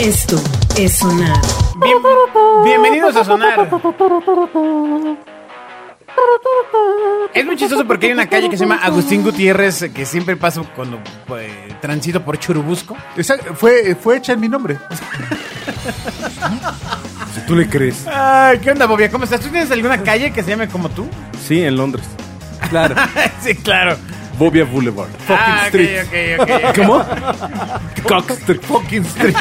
Esto es sonar. Bien- bienvenidos a Sonar. Es muy chistoso porque hay una calle que se llama Agustín Gutiérrez eh, que siempre paso cuando pues, transito por Churubusco. Esa fue, fue hecha en mi nombre. Si tú le crees. Ay, ¿qué onda, Bobia? ¿Cómo estás? ¿Tú tienes alguna calle que se llame como tú? Sí, en Londres. Claro. sí, claro. Bobia Boulevard. Fucking Ah, ok, Street. ok, ok, ok. ¿Cómo? Cock Street. Fucking street.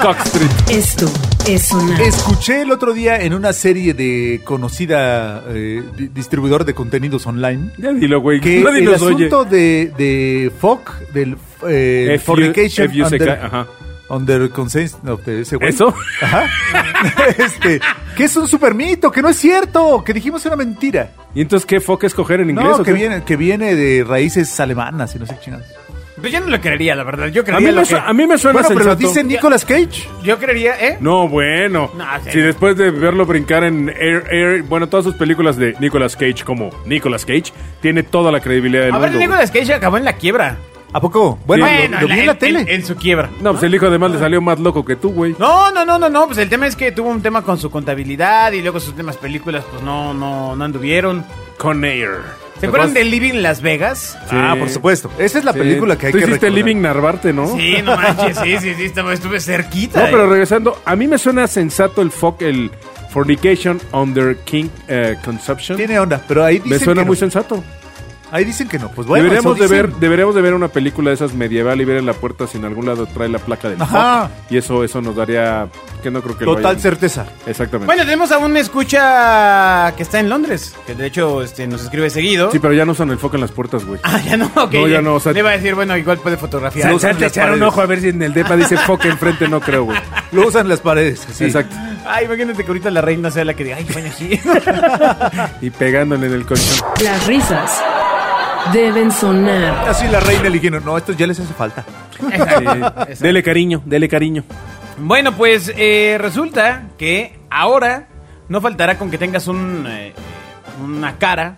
Cock Street. Esto es sonar. Escuché el otro día en una serie de conocida eh, di- distribuidor de contenidos online Ya dilo, güey. que Nadie el nos oye. asunto de, de FOC, del eh, F- Fornication F- UCK, under, ajá. under Consent of the- ese güey. ¿Eso? Ajá. este, que es un super mito, que no es cierto, que dijimos una mentira. ¿Y entonces qué foca escoger en inglés? No, o que qué? viene, que viene de raíces alemanas y no sé qué chingados. Pues yo no lo creería, la verdad. Yo A creería mí, lo me que... su- a mí me suena Bueno, pero lo sensato. dice Nicolas Cage. Yo creería, ¿eh? No, bueno. No, sí. si después de verlo brincar en Air, Air, bueno, todas sus películas de Nicolas Cage como Nicolas Cage, tiene toda la credibilidad del A ver, mundo. güey. Nicolas Cage acabó en la quiebra. ¿A poco? Bueno, Sí. lo- lo, vi en la tele. En, su quiebra. No, pues el hijo además le salió más loco que tú, güey. No, no, no, no, no. Pues el tema es que tuvo un tema con su contabilidad y luego sus temas películas, pues no, no, no anduvieron. Con Air. ¿Se acuerdan de Living Las Vegas? Sí. Ah, por supuesto. Esa es la Sí. película que hay Tú que hiciste recordar. Living Narvarte, ¿no? Sí, no manches, sí, sí, sí, estaba- estuve cerquita. No, pero eh. regresando, a mí me suena sensato el fuck, el fornication under king eh, consumption. Tiene onda, pero ahí dicen Me suena que muy no. sensato. Ahí dicen que no. Pues bueno, deberíamos, eso de ver, dicen. deberíamos de ver una película de esas medieval y ver en la puerta si en algún lado trae la placa del Ajá. fuck. Y eso, eso nos daría, que no creo que lo Total hayan- certeza. Exactamente. Bueno, tenemos a un escucha que está en Londres, que de hecho este, nos escribe seguido. sí, pero ya no usan el foco en las puertas, güey. Ah, ya no, ok. No, ya no, o sea- Le iba a decir, bueno, igual puede fotografiar. Se no usan te las echar un paredes. ojo a ver si en el depa dice fuck enfrente, no creo, güey. Lo usan las paredes. así. Exacto. Ay, imagínate que ahorita la reina sea la que diga, ay, bueno, sí. Y pegándole en el colchón. Las risas deben sonar. Así la reina eligiendo. No, esto ya les hace falta. Sí. Eh, Dele cariño, dele cariño. Bueno, pues eh, resulta que ahora no faltará con que tengas un, eh, una cara.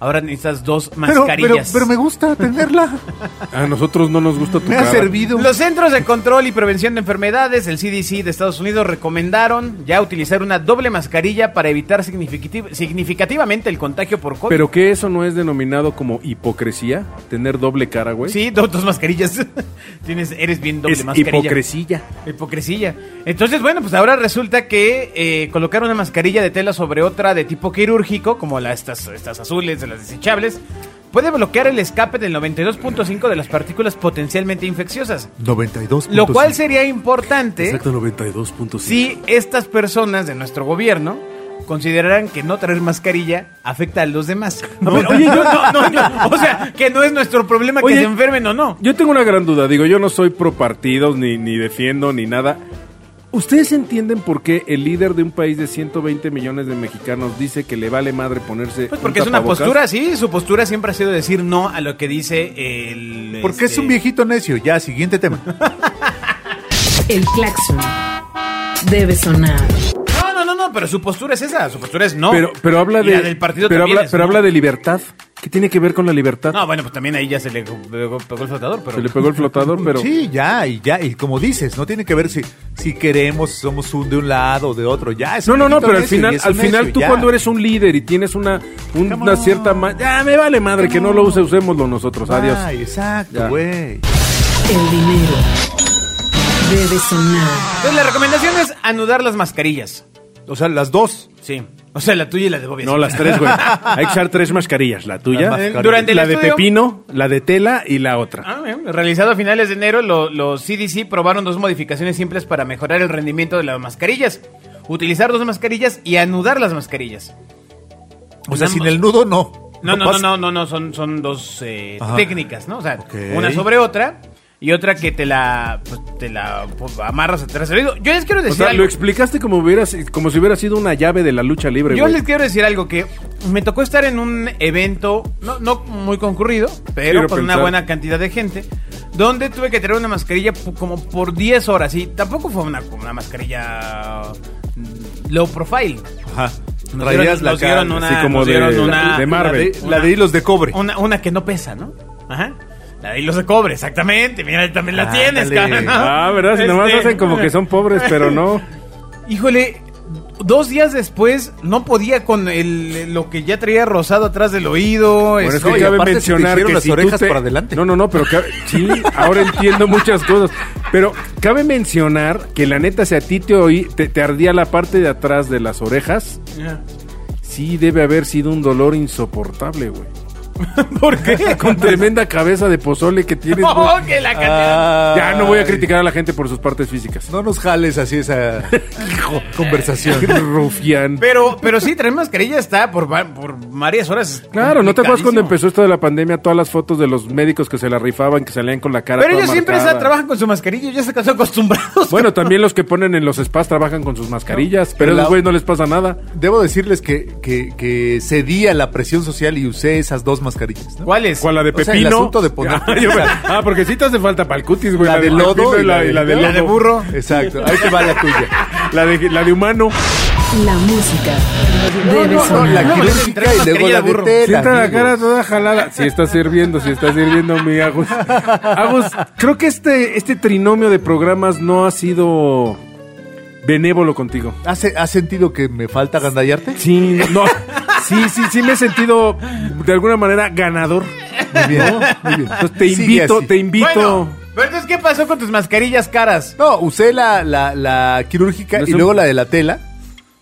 Ahora necesitas dos Pero, pero, mascarillas. pero me gusta tenerla. A nosotros no nos gusta tu Me ha cara. servido. Los Centros de Control y Prevención de Enfermedades, el CDC de Estados Unidos, recomendaron ya utilizar una doble mascarilla para evitar significati- significativamente el contagio por COVID. Pero que eso no es denominado como hipocresía, tener doble cara, güey. sí, do- dos mascarillas. Tienes, eres bien doble es mascarilla. hipocresía. Hipocresía. Entonces, bueno, pues ahora resulta que eh, colocar una mascarilla de tela sobre otra de tipo quirúrgico, como la, estas, estas azules, de las desechables, puede bloquear el escape del 92.5 de las partículas potencialmente infecciosas. 92. Lo cual sería importante Exacto, 92.5. si estas personas de nuestro gobierno consideraran que no traer mascarilla afecta a los demás. A ver, oye, yo no, no, yo- o sea, que no es nuestro problema Oye, que se enfermen o no. Yo tengo una gran duda. Digo, yo no soy pro partidos, ni, ni defiendo, ni nada. ¿Ustedes entienden por qué el líder de un país de 120 millones de mexicanos dice que le vale madre ponerse. Pues un porque es una tapabocas? postura, sí, su postura siempre ha sido decir no a lo que dice el... Porque es este, un viejito necio. Ya, siguiente tema. El claxon debe sonar. No, no, no, no, pero su postura es esa, su postura es no. Pero, pero habla Y de. la del partido pero también habla, es pero no. habla de libertad. ¿Qué tiene que ver con la libertad? No, bueno, pues también ahí ya se le pegó, pegó el flotador, pero... Se le pegó el flotador, pero. Sí, ya, y ya. Y como dices, no tiene que ver si, si queremos, somos un de un lado o de otro. Ya, es No, un no, no, viejito pero al necio y final, es al un final necio, tú ya. cuando eres un líder y tienes una, un- Come una on. cierta... ma- Ya, me vale madre, que no lo use, usémoslo nosotros, adiós. Ay, pues Ya. exacto, güey. El dinero debe sonar. Entonces pues, la recomendación es anudar las mascarillas. O sea, las dos. Sí. O sea, la tuya y la de Bobby. No, las tres, güey. Hay que usar tres mascarillas, la tuya, Las mascarillas. Durante el la de estudio- pepino, la de tela y la otra. Ah, bien. Realizado a finales de enero, lo- los CDC probaron dos modificaciones simples para mejorar el rendimiento de las mascarillas. Utilizar dos mascarillas y anudar las mascarillas. O sea, Ambos. sin el nudo, no. No, no, no, pasa. no, no, no, son, son dos eh, Ajá. técnicas, ¿no? O sea, Ok. una sobre otra y otra que te la, pues, te la pues, amarras atrás del oído. Yo les quiero O decir sea, algo. lo explicaste como, hubieras, como si hubiera sido una llave de la lucha libre, Yo güey. les quiero decir algo que me tocó estar en un evento, no, no muy concurrido, pero Quiero con una pensar. buena cantidad de gente, donde tuve que traer una mascarilla pu- como por 10 horas y tampoco fue una, una mascarilla mm, low profile. Ajá. Nos Traías dieron, la nos dieron cara, una, así como nos de- dieron una- de Marvel. La de, la de hilos de cobre. Una, una que no pesa, ¿no? Ajá. La ahí los de cobre, exactamente. Mira, ahí también la tienes, cabrón. Ándale. ¿no? Ah, ¿verdad? Si nomás Este- hacen como que son pobres, pero no. Híjole, dos días después no podía con el, lo que ya traía rosado atrás del oído. Bueno, este, es que Pues No, y cabe aparte se te mencionar hicieron que las si tú orejas te- para adelante. No, no, no, pero cabe- sí, ahora entiendo muchas cosas. Pero cabe mencionar que la neta, si a ti te oí, te, te ardía la parte de atrás de las orejas, sí debe haber sido un dolor insoportable, güey. ¿Por qué? Con tremenda cabeza de pozole que tienes, güey. No, que la Ah. cantidad- Ya no voy a Ay. criticar a la gente por sus partes físicas. Ah. No nos jales así esa Qué conversación. Rufián. Pero, pero sí, traer mascarilla está por, va- por varias horas. Claro, ¿no te acuerdas cuando complicadísimo. empezó esto de la pandemia? Todas las fotos de los médicos que se la rifaban, que salían con la cara Pero toda ellos siempre marcada. se trabajan con su mascarilla, ya se están acostumbrados. Bueno, también los que ponen en los spas trabajan con sus mascarillas, pero a La- esos güeyes no les pasa nada. Debo decirles que, que, que cedí a la presión social y usé esas dos mascarillas. ¿no? ¿Cuál es? ¿Cuál la de O sea, pepino? el asunto de poner- ah, yo me- ah, porque sí te hace falta para el cutis, güey. La de del lodo pepino y la de- del la de lodo. burro. Exacto, ahí te va la tuya. La de, la de humano. La música No, debe no, no, sonar. la No, pues, quirúrgica trae y luego mascarilla la de burro. de tela. Sienta la amigos. cara toda jalada. Si está sirviendo, si está sirviendo mi Agus. Agus, creo que este, este trinomio de programas no ha sido benévolo contigo. ¿Has, has sentido que me falta agandallarte? Sí, no. Sí, sí, sí me he sentido de alguna manera ganador. Muy bien, muy bien. Entonces te Sigue invito, así. te invito. Bueno, pero entonces, ¿qué pasó con tus mascarillas caras? No, usé la, la, la quirúrgica No y son- luego la de la tela.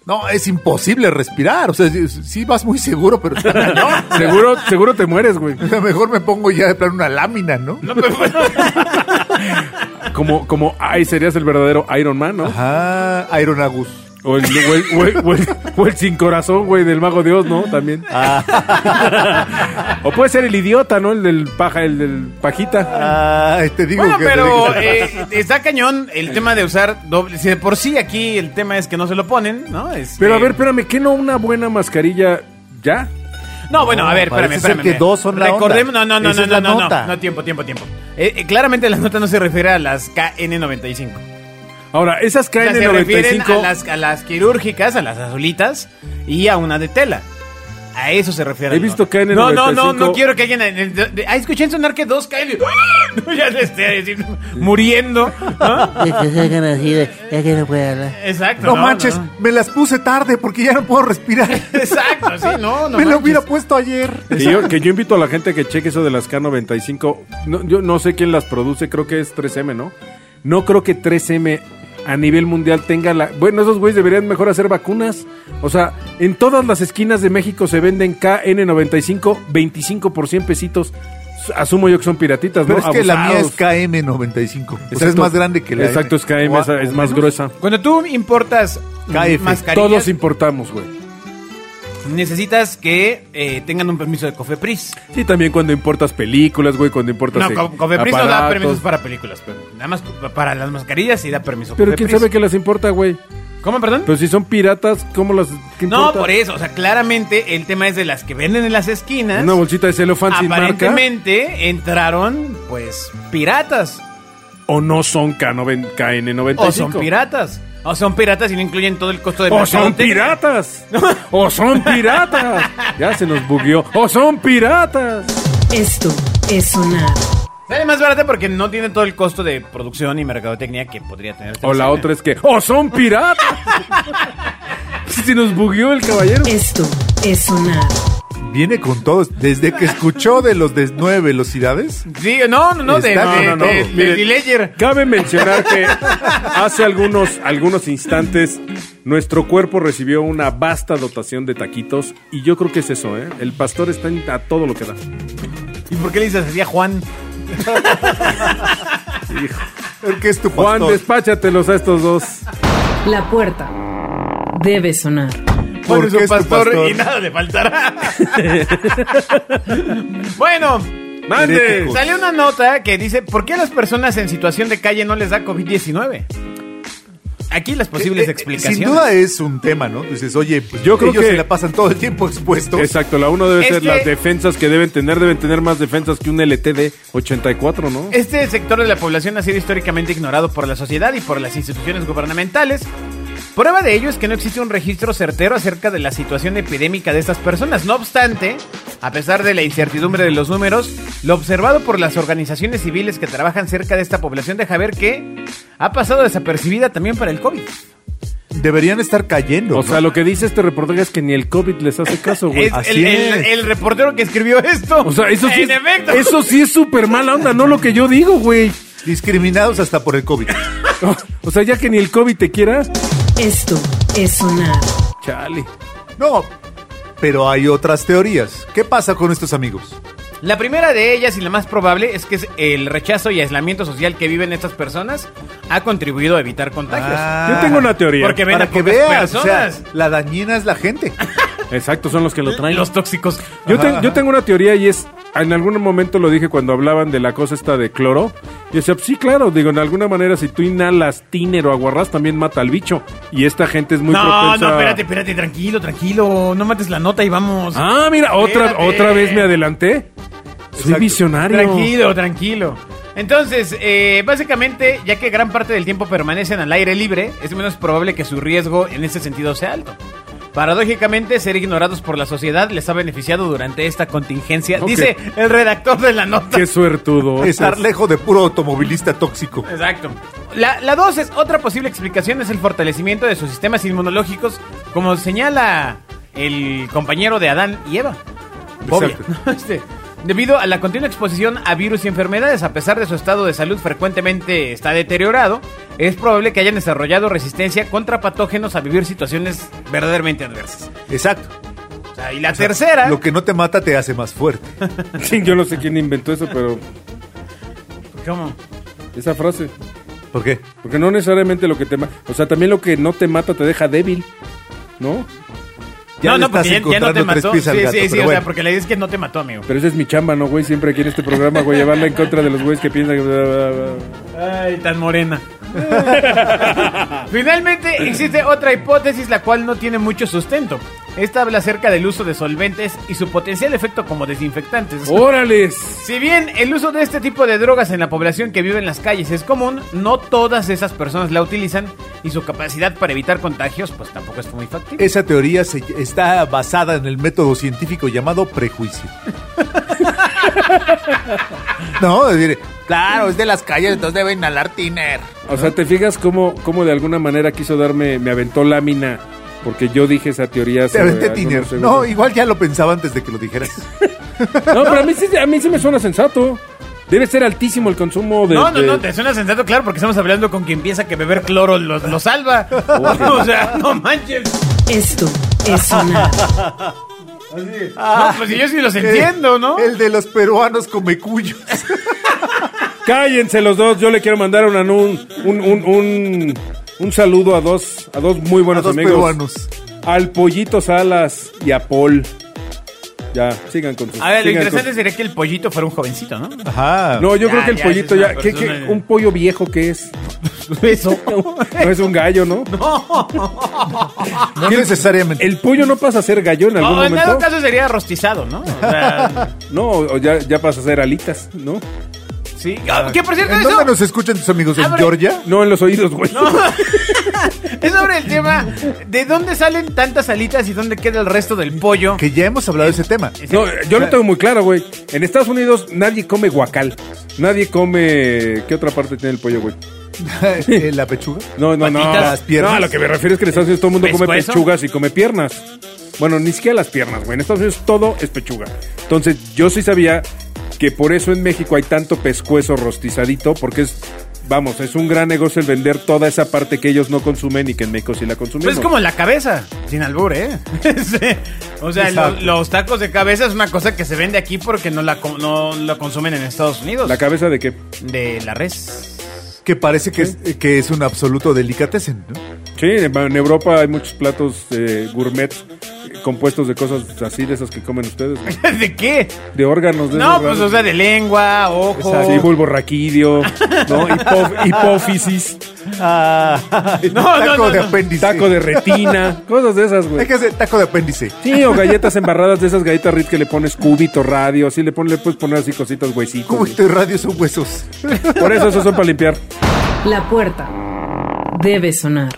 No, es imposible respirar. O sea, sí- sí vas muy seguro, pero está cañón. Seguro, seguro te mueres, güey. O sea, Mejor me pongo ya de plan una lámina, ¿no? Como, como, ay, serías el verdadero Iron Man, ¿no? Ajá, Ah, Iron Agus. O el, o el- o el- o el- o el sin corazón, güey, del mago Dios, ¿no? También. Ah. o puede ser el idiota, ¿no? El del paja, el del pajita. Ah, Ay, Ah, te digo Bueno, que te digo pero que- eh, está cañón el tema de usar doble. Si de por sí aquí el tema es que no se lo ponen, ¿no? Este- Pero a ver, espérame, ¿qué no una buena mascarilla ya? No, bueno, No, a ver, espérame, parece ser espérame. que espérame. dos son la Recordemos, onda. no, no, no, Esa no, es la no, no, nota. no, tiempo, tiempo, tiempo. Eh, eh, claramente la nota no se refiere a las KN95. Ahora, esas O sea, caen se en refieren 95. a las, a las quirúrgicas, a las azulitas y a una de tela. A eso se refiere. He la visto nota. KN95. No, no, no, no quiero que alguien. en el- de- Ah, escuché sonar que dos caen. y- ya se esté decir, muriendo. ¿no? que se hagan así de, ya que no puede hablar. Exacto. No, manches, no. me las puse tarde porque ya no puedo respirar. Exacto, sí, no, no. me lo manches. hubiera puesto ayer. Que yo, que yo invito a la gente a que cheque eso de las K95. No, yo no sé quién las produce, creo que es 3M, ¿no? No creo que 3M a nivel mundial tenga la... Bueno, esos güeyes deberían mejor hacer vacunas. O sea, en todas las esquinas de México se venden KN95, 25 por 100 pesitos. Asumo yo que son piratitas, Pero ¿no? es que la mía es Abusados. KM95. O sea, es Exacto. más grande que la Exacto, es KM, O a- esa- es, o más menos. gruesa. Cuando tú importas KF. mascarillas, Todos importamos, güey. necesitas que eh, tengan un permiso de Cofepris. Sí, también cuando importas películas, güey, cuando importas... No, eh, Co- Cofepris no da aparatos. permisos para películas, pero nada más para las mascarillas sí da permiso. Pero quién Cofepris. sabe qué les importa, güey. ¿Cómo, perdón? Pero si son piratas, ¿cómo las.? qué no, importa? por eso, o sea, claramente el tema es de las que venden en las esquinas. Una bolsita de celofán sin marca. ¿eh? Aparentemente entraron, pues, piratas. O no son K9- KN95. O son piratas. O son piratas y no incluyen todo el costo de O son mercadotecnia. piratas. o son piratas. Ya se nos bugueó. O son piratas. Esto es sonar. Sale más barata porque no tiene todo el costo de producción y mercadotecnia que podría tener. este O la otra es que. O son piratas. se nos bugueó el caballero. Esto es sonar. Viene con todo. Desde que escuchó de los de nueve velocidades. Sí, no, no, no, de, Está- de- no, no, no. de- de Miren, Dileyer. Cabe mencionar que hace algunos, algunos instantes nuestro cuerpo recibió una vasta dotación de taquitos y yo creo que es eso, ¿eh? El pastor está en- a todo lo que da. ¿Y por qué le dices así a Juan? Hijo. Porque es tu Juan, pastor. despáchatelos a estos dos. La puerta debe sonar. Juan es Porque un es tu pastor, pastor. y nada le faltará. bueno, ¡Mande! Heréticos. sale una nota que dice, ¿por qué a las personas en situación de calle no les da COVID-19? Aquí las posibles Eh, eh, explicaciones. Sin duda es un tema, ¿no? Dices, oye, pues Yo creo ellos que- se la pasan todo el tiempo expuestos. Exacto, la uno debe Es ser que- las defensas que deben tener, deben tener más defensas que un LTD 84, ¿no? Este sector de la población ha sido históricamente ignorado por la sociedad y por las instituciones gubernamentales. Prueba de ello es que no existe un registro certero acerca de la situación epidémica de estas personas. No obstante, A pesar de la incertidumbre de los números, lo observado por las organizaciones civiles que trabajan cerca de esta población deja ver que ha pasado desapercibida también para el COVID. Deberían estar cayendo. O ¿no? sea, lo que dice este reportaje es que ni el COVID les hace caso, güey. Es el, el- el reportero que escribió esto. O sea, eso sí, En es- efecto. eso sí es súper mala onda, no lo que yo digo, güey. Discriminados hasta por el COVID. O sea, ya que ni el COVID te quiera, Esto es sonar. chale. No, pero hay otras teorías. ¿Qué pasa con estos amigos? La primera de ellas y la más probable es que es el rechazo y aislamiento social que viven estas personas ha contribuido a evitar contagios. Ah, Yo tengo una teoría. Porque ven Para a que pocas veas, o sea, personas. la dañina es la gente. Exacto, son los que lo traen. los tóxicos. Yo, te- yo tengo una teoría y es, en algún momento lo dije cuando hablaban de la cosa esta de cloro. Yo decía, pues sí, claro, digo, en alguna manera si tú inhalas tíner o aguarrás también mata al bicho. Y esta gente es muy no, propensa. no, espérate, espérate, tranquilo, tranquilo. No mates la nota y vamos. Ah, mira, otra, Espérate. otra vez me adelanté. Soy Exacto. visionario. Tranquilo, tranquilo. Entonces, eh, básicamente, ya que gran parte del tiempo permanecen al aire libre, es menos probable que su riesgo en ese sentido sea alto. Paradójicamente, ser ignorados por la sociedad les ha beneficiado durante esta contingencia, Ok. dice el redactor de la nota. Qué suertudo. Estar lejos de puro automovilista tóxico. Exacto. La, la dos es otra posible explicación es el fortalecimiento de sus sistemas inmunológicos, como señala el compañero de Adán y Eva. Obvio. Este, debido a la continua exposición a virus y enfermedades, a pesar de su estado de salud frecuentemente está deteriorado, es probable que hayan desarrollado resistencia contra patógenos a vivir situaciones verdaderamente adversas. Exacto. O sea, y la tercera, Lo que no te mata te hace más fuerte. Sí, yo no sé quién inventó eso, pero ¿cómo? esa frase. ¿Por qué? Porque no necesariamente lo que te mata. O sea, también lo que no te mata te deja débil. ¿No? Ya no, le no, estás porque ya, ya no te encontrando tres mató. pies al sí, gato, sí, sí, pero o sea, bueno. porque la idea es que no te mató, amigo. Pero esa es mi chamba, ¿no, güey? Siempre aquí en este programa, güey, llevarla en contra de los güeyes que piensan que... Ay, tan morena. Finalmente existe otra hipótesis la cual no tiene mucho sustento. Esta habla acerca del uso de solventes y su potencial efecto como desinfectantes. Oh. ¡Órales! Si bien el uso de este tipo de drogas en la población que vive en las calles es común, no todas esas personas la utilizan y su capacidad para evitar contagios pues tampoco es muy factible. Esa teoría se- está basada en el método científico llamado prejuicio. no, es decir, claro, es de las calles, entonces debe inhalar tiner. O sea, ¿te fijas cómo, cómo de alguna manera quiso darme... Me aventó lámina porque yo dije esa teoría Te sobre aventé algunos tiner. No, segundos. igual ya lo pensaba antes de que lo dijeras. No, pero a mí, sí, a mí sí me suena sensato. Debe ser altísimo el consumo de... No, no, de- no, te suena sensato, claro, porque estamos hablando con quien piensa que beber cloro lo, lo salva. o sea, no manches. Esto es sonar. No, pues yo sí los entiendo, ¿no? Eh, El de los peruanos comecuyos. Cállense los dos, yo le quiero mandar un, anun- un, un, un, un saludo a dos, a dos muy buenos A dos amigos. peruanos. Al Pollito Salas y a Paul. Ya, sigan con sus... A ver, lo sigan con interesante sería que el pollito fuera un jovencito, ¿no? Ajá. No, yo Ya, creo que el ya, esa pollito es ya. una ¿qué- persona qué- ya. un pollo viejo que es. Eso. No es un gallo, ¿no? no necesariamente. El pollo no pasa a ser gallo en algún O en momento. dado caso sería rostizado, ¿no? O sea, No, o ya, ya pasa a ser alitas, ¿no? sí. Ah, Que por cierto, ¿En eso dónde nos escuchan tus amigos? ¿En Abre- Georgia? No en los oídos, güey. es sobre el tema de dónde salen tantas alitas y dónde queda el resto del pollo. Que ya hemos hablado de ese tema. No, yo lo tengo muy claro, güey. En Estados Unidos nadie come guacal. Nadie come. ¿Qué otra parte tiene el pollo, güey? Eh, ¿La pechuga? No, no, no. Patitas, Las las piernas. No, a lo que me refiero es que en Estados Unidos todo el mundo come ¿Pescuezo? pechugas y come piernas. Bueno, ni siquiera las piernas, güey. En Estados Unidos todo es pechuga. Entonces, yo sí sabía que por eso en México hay tanto pescuezo rostizadito, porque es. Vamos, es un gran negocio el vender toda esa parte que ellos no consumen y que en México sí la consumimos. Pues es como la cabeza, sin albur, ¿eh? Sí. o sea, lo- Exacto. los tacos de cabeza es una cosa que se vende aquí porque no la, co- no la consumen en Estados Unidos. ¿La cabeza de qué? de la res. Que parece que es, que es un absoluto delicatessen, ¿no? Sí, en en Europa hay muchos platos eh, gourmet eh, compuestos de cosas así, de esas que comen ustedes, güey. ¿De qué? de órganos. De No, esos pues, raros. o sea, de lengua, ojo. Sí, bulbo raquídeo, ¿no? Hipo- hipófisis. Ah, No, taco no, no, de no. apéndice. Taco de retina, cosas de esas, Hay güey. que hacer taco de apéndice. Sí, o galletas embarradas de esas galletas Ritz que le pones cúbito, radio, así le, pones, le puedes poner así cositas, huesitos. güey. Cúbito y radio son huesos. Por eso esos son para limpiar. La puerta debe sonar.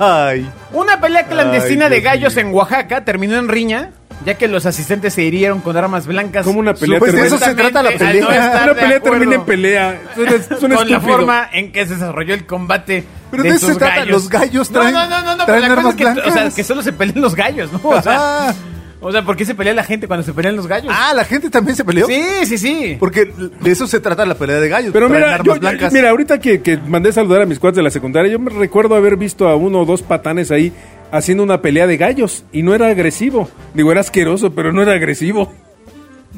Ay. Una pelea clandestina Ay, de Dios gallos en Oaxaca terminó en riña ya que los asistentes se hirieron con armas blancas. Como una pelea Pues de eso termina- se trata la Supuestamente, pelea. al no estar Una de pelea acuerdo termina en pelea. Es un- es un Con la estúpido. forma en que se desarrolló el combate. Pero de eso sus se trata, los gallos traen- No, no, no, no, no, traen pero la cosa es armas que, o sea, blancas. que solo se pelean los gallos, ¿no? O sea, o sea, ¿por qué se pelea la gente cuando se pelean los gallos? Ah, la gente también se peleó. sí, sí, sí. Porque de eso se trata la pelea de gallos. Pero traen mira, armas yo- yo- blancas. mira, ahorita que, que mandé saludar a mis cuates de la secundaria, yo me recuerdo haber visto a uno o dos patanes ahí haciendo una pelea de gallos y no era agresivo. Digo, era asqueroso, pero no era agresivo.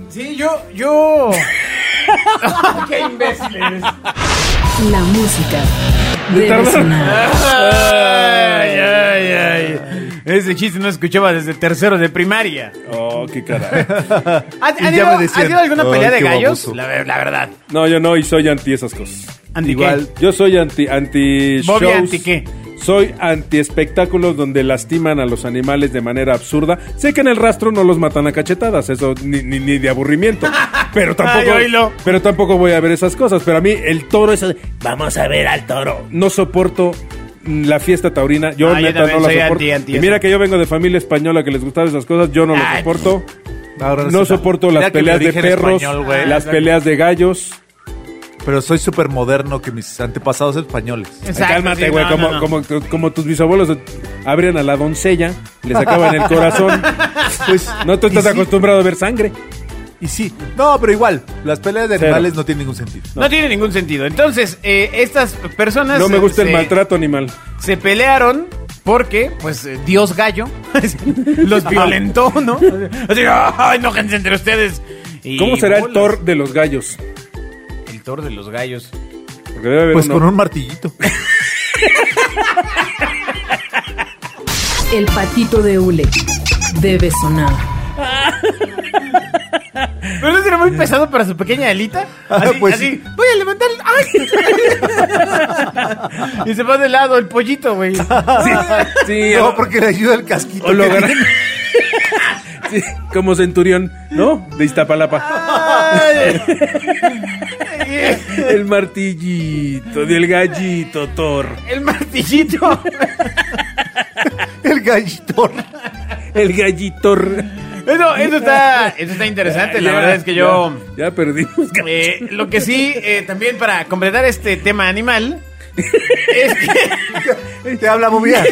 Sí, yo, yo. qué imbéciles. La música ¿Le debe tardaron? sonar. Ay, ay, ay. Ese chiste no escuchaba desde tercero de primaria. Oh, qué caray. ¿Has, Y has ya ido, me decían, has ido a alguna "Ay, pelea de qué gallos? baboso". La, ver- la verdad. No, yo no, y soy anti esas cosas. Anti Igual, qué? yo soy anti anti Bobby, shows. ¿anti qué? Soy anti espectáculos donde lastiman a los animales de manera absurda. Sé que en el rastro no los matan a cachetadas, eso ni, ni, ni de aburrimiento. Pero tampoco, Ay, oílo. pero tampoco voy a ver esas cosas. Pero a mí el toro es Vamos a ver al toro. no soporto mm, la fiesta taurina. Yo Ah, yo neta también no la soy soporto. anti, anti y mira eso. que yo vengo de familia española que les gustaban esas cosas. Yo no lo Ay, soporto. Ahora No resulta- soporto las Mira que peleas mi de origen perros, español, güey. las peleas de gallos. Pero soy súper moderno que mis antepasados españoles. Ay, Cálmate, sí, güey. no, como, no, no. Como, como tus bisabuelos abrían a la doncella, le sacaban el corazón. Pues, No te y estás sí, acostumbrado a ver sangre. Y sí. No, pero igual, las peleas de Cero. animales no tienen ningún sentido. No tiene ningún sentido. Entonces, eh, estas personas. No me gusta el se- maltrato animal. Se pelearon porque, pues, eh, Dios Gallo los violentó, ¿no? Así, ¡ah! enójense entre ustedes. Y ¿Cómo será el bolas. Thor de los gallos? El Thor de los gallos. Porque debe haber Pues uno. con un martillito. El patito de hule debe sonar. ¿Pero no será muy pesado para su pequeña alita? Ah, Así, pues así, sí. voy a levantar... ¡Ay! y se va de lado el pollito, güey. Sí, No, o- porque le ayuda el casquito. o lo que agarra- tiene. Sí, como centurión, ¿no? De Iztapalapa. Ay. El martillito del gallito, Thor. el martillito. El gallito. El gallito. Eso, eso, está, eso está interesante. La Ya, verdad es que yo... Ya, ya perdimos. eh, lo que sí, eh, también para completar este tema animal... es que... Te habla muy bien.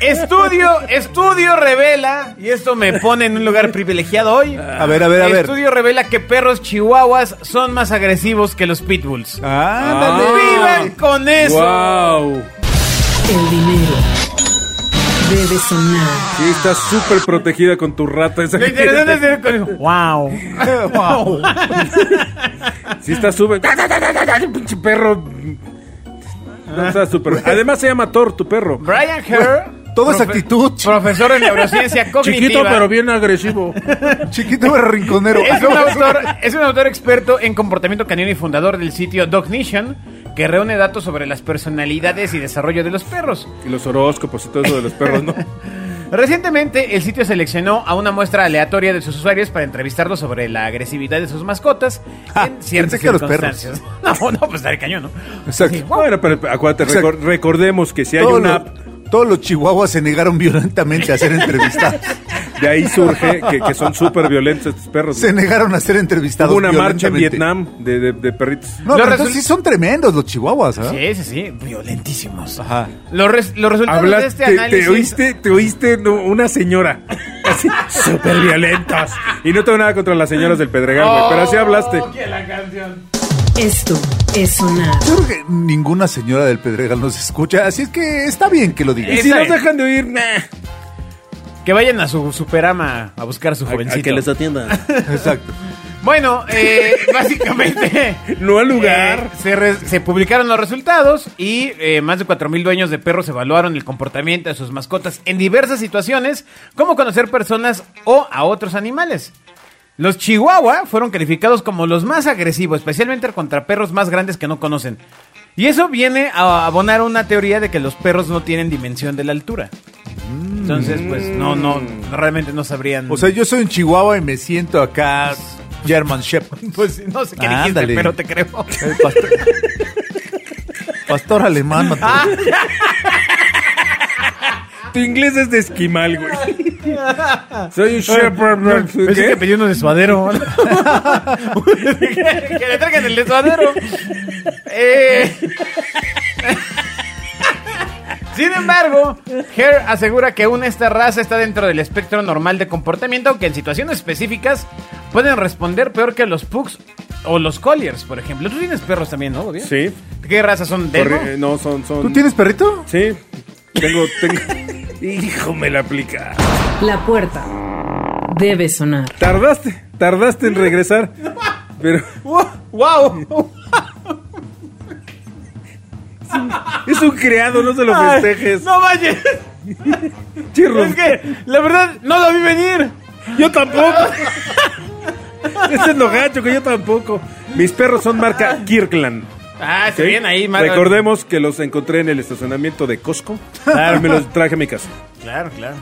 Estudio, estudio revela, y esto me pone en un lugar privilegiado hoy. A ver, a ver, a ver. Estudio revela que perros chihuahuas son más agresivos que los pitbulls. Ándale. ¡Vivan con eso! ¡Wow! El dinero debe sonar. Sí, estás súper protegida con tu rata esa. Lo interesante es decir con Ah, ¡Wow! Wow. Sí, está súper. Pinche perro. No, está súper. Además se llama Thor, tu perro. Brian Herr, Todo es profe- actitud. ch- profesor de neurociencia cognitiva. Chiquito, pero bien agresivo. Chiquito pero rinconero. Es un, autor, es un autor experto en comportamiento canino y fundador del sitio Dognition, que reúne datos sobre las personalidades y desarrollo de los perros. Y los horóscopos y todo eso de los perros, ¿no? Recientemente, el sitio seleccionó a una muestra aleatoria de sus usuarios para entrevistarlos sobre la agresividad de sus mascotas Ah, en ciertas pensé que los circunstancias. No, no, pues estaré cañón, ¿no? Exacto. Bueno, pero acuérdate, recor- recordemos que si hay Todos una los- app, Todos los chihuahuas se negaron violentamente a ser entrevistados. de ahí surge que, que son súper violentos estos perros. Se negaron a ser entrevistados. Hubo una marcha en violentamente. Vietnam de, de- de perritos. No, Lo pero entonces resul- sí son tremendos los chihuahuas, ¿ah? Sí, sí, sí, violentísimos. Ajá. Los, res- los resultados de Hablas, este te, análisis... te oíste, te oíste no, una señora. Así, súper violentos. Y no tengo nada contra las señoras del Pedregal, güey, pero así hablaste. Oh, que la canción. Esto es sonar. Yo creo que ninguna señora del Pedregal nos escucha, así es que está bien que lo Y digas. si Esa nos es. dejan de oír, nah. Que vayan a su superama a buscar a su jovencito. A que les atiendan. Exacto. Bueno, eh, básicamente... No al lugar. eh, se, re- se publicaron los resultados y eh, más de 4.000 dueños de perros evaluaron el comportamiento de sus mascotas en diversas situaciones, como conocer personas o a otros animales. Los chihuahua fueron calificados como los más agresivos, especialmente contra perros más grandes que no conocen. Y eso viene a abonar una teoría de que los perros no tienen dimensión de la altura. Entonces, pues no, no, Mm. realmente no sabrían. O sea, yo soy un chihuahua y me siento acá German Shepherd. pues no sé qué dijiste, Ándale. pero te creo. El pastor, pastor Ah. alemán. Mateo. tu inglés es de esquimal, güey. Soy un shepherd. Pensé que ¿Qué? pedí uno de suadero. que le traigan el de suadero. Eh. Sin embargo, Hare asegura que aún esta raza está dentro del espectro normal de comportamiento, aunque en situaciones específicas pueden responder peor que los pugs o los colliers, por ejemplo. Tú tienes perros también, ¿no? Bobia? Sí. ¿Qué raza son? ¿Demo? Corre- No, son, son. ¿Tú tienes perrito? Sí. Tengo, tengo. Hijo, me la aplica. La puerta debe sonar. Tardaste, tardaste en regresar. Pero ¡Wow! es un creado, no se lo festejes. ¡No vayas! Che, Es Ros- que, la verdad, no lo vi venir. Yo tampoco. Ese es lo gacho que yo tampoco. Mis perros son marca Kirkland. Ah, está ¿sí? bien ahí, Mar- Recordemos que los encontré en el estacionamiento de Costco. Y me los traje a mi casa. Claro, claro.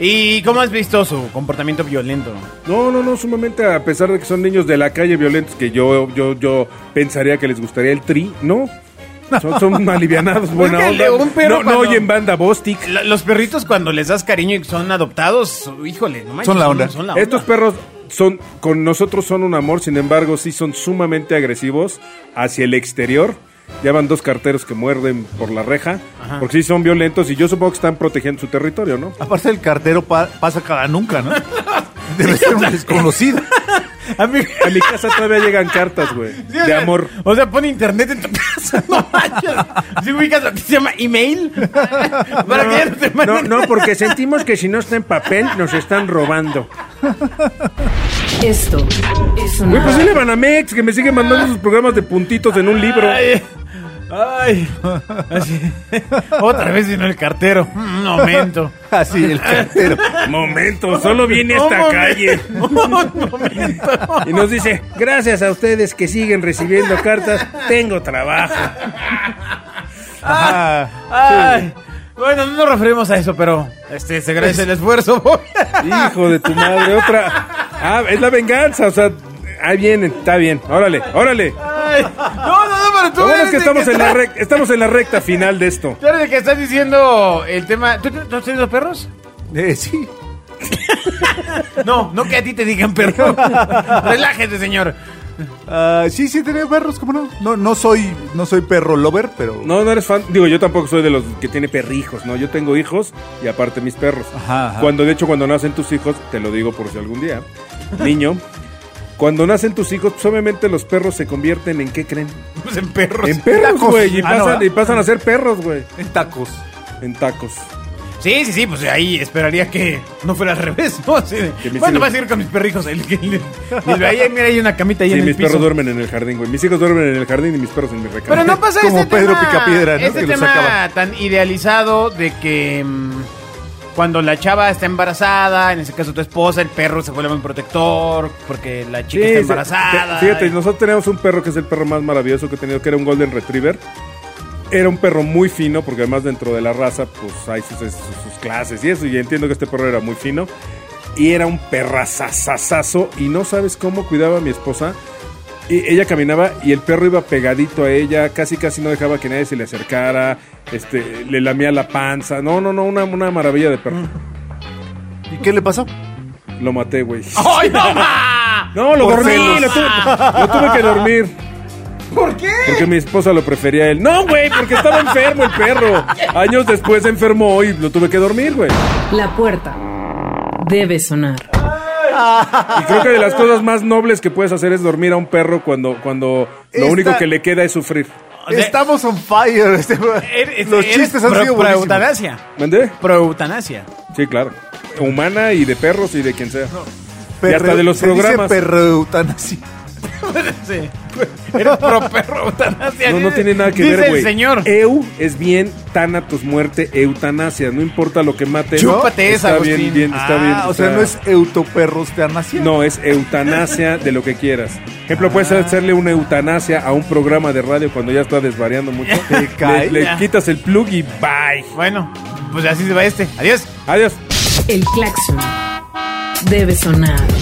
¿Y cómo has visto su comportamiento violento? No, no, no, sumamente, a pesar de que son niños de la calle violentos, que yo, yo, yo pensaría que les gustaría el tri, ¿no? Son, son alivianados, buena que el onda. de un perro no, no cuando- oyen banda Bostic. La- Los perritos cuando les das cariño y son adoptados, híjole, no manches, Son la onda. son la Estos onda. perros son, con nosotros son un amor, sin embargo, sí son sumamente agresivos hacia el exterior. Llevan dos carteros que muerden por la reja, Ajá. porque sí son violentos y yo supongo que están protegiendo su territorio, ¿no? Aparte el cartero pa- pasa cada nunca, ¿no? Debe ser un desconocido. A mí- A mi casa todavía llegan cartas, güey, Sí, o de sea, amor. O sea, pon internet en tu casa, no manches. Si ubicas lo que se llama email, para que ya no te No, manden- no, porque sentimos que si no está en papel nos están robando. Esto es Güey, pues sonar. dile a Banamex que me sigue mandando sus programas de puntitos en un libro. Ay, ay. Así. Otra vez vino el cartero. Mm, Un momento. Así, el cartero. Momento, solo viene a Un esta momen- calle. Un momento. Y nos dice, gracias a ustedes que siguen recibiendo cartas, tengo trabajo. Ajá. Ay, bueno, no nos referimos a eso, pero este, se agradece el esfuerzo. Bobia. Hijo de tu madre, otra. Ah, es la venganza, o sea, ahí vienen, está bien. Órale, órale. Ay, no, no, no, pero tú. Lo bueno es eres que el estamos en está- la recta, estamos en la recta final de esto. Tú eres el que estás diciendo el tema. ¿Tú, tú has tenido perros? Eh, sí. No, no que a ti te digan perro. Relájese, señor. Ah, sí, sí tenía perros, ¿cómo no? No, no soy, no soy perro lover, pero. No, no eres fan. Digo, yo tampoco soy de los que tiene perrijos, ¿no? Yo tengo hijos y aparte mis perros. Ajá, ajá. Cuando, de hecho, cuando nacen tus hijos, te lo digo por si algún día, niño, cuando nacen tus hijos, pues, obviamente los perros se convierten en, ¿qué creen? Pues en perros. En perros, tacos. güey. Y, Ah, no, pasan- ¿verdad? y pasan a ser perros, güey. En tacos. En tacos. Sí, sí, sí, pues ahí esperaría que no fuera al revés, ¿no? Así de, Que mis bueno, hijos- vas a ir con mis perrijos. El, que le- y ve ahí, mira, hay una camita ahí Sí, en el mis piso. perros duermen en el jardín, güey. Mis hijos duermen en el jardín y mis perros en mi recámara. Pero no pasa Como este Pedro tema, Picapiedra, ¿no? este Que lo tema sacaba. tan idealizado de que mm, cuando la chava está embarazada, en ese caso tu esposa, el perro se vuelve un protector porque la chica Sí, está se- embarazada. te- Fíjate, nosotros teníamos un perro que es el perro más maravilloso que he tenido, que era un Golden Retriever. Era un perro muy fino, porque además dentro de la raza, pues hay sus, sus- sus clases y eso. Y entiendo que este perro era muy fino. Y era un perrazazazazo. Y no sabes cómo cuidaba a mi esposa. Y ella caminaba y el perro iba pegadito a ella, casi casi no dejaba que nadie se le acercara, este, le lamía la panza. No, no, no, una, una maravilla de perro. ¿Y qué le pasó? Lo maté, güey. ¡Ay, no ma! No, lo Por dormí, celos. lo tuve, lo tuve que dormir. ¿Por qué? Porque mi esposa lo prefería a él. No, güey, porque estaba enfermo el perro. Años después se enfermó y lo tuve que dormir, güey. La puerta debe sonar. Y creo que de las cosas más nobles que puedes hacer es dormir a un perro cuando, cuando lo Esta- único que le queda es sufrir. O sea, Estamos on fire. este- Eres- los Er, eres chistes han pro- sido pro buenísimos. eutanasia. ¿Mandé? Pro eutanasia. Sí, claro. Humana y de perros y de quien sea. Y Perre- hasta de los se dice programas. perro eutanasia. Sí. Eres pro perro eutanasia. No, no dice- tiene nada que dice ver, güey. el señor. Eu es bien, tanatos, muerte, eutanasia. No importa lo que mate. Chúpate está esa, bien, Agustín. bien, está Ah, bien. o sea, no es eutoperrostanasia. No, es eutanasia de lo que quieras. Ejemplo, puedes hacerle una eutanasia a un programa de radio cuando ya está desvariando mucho. Te cae. Le, le Ya. quitas el plug y bye. Bueno, pues así se va este. Adiós. Adiós. El claxon debe sonar.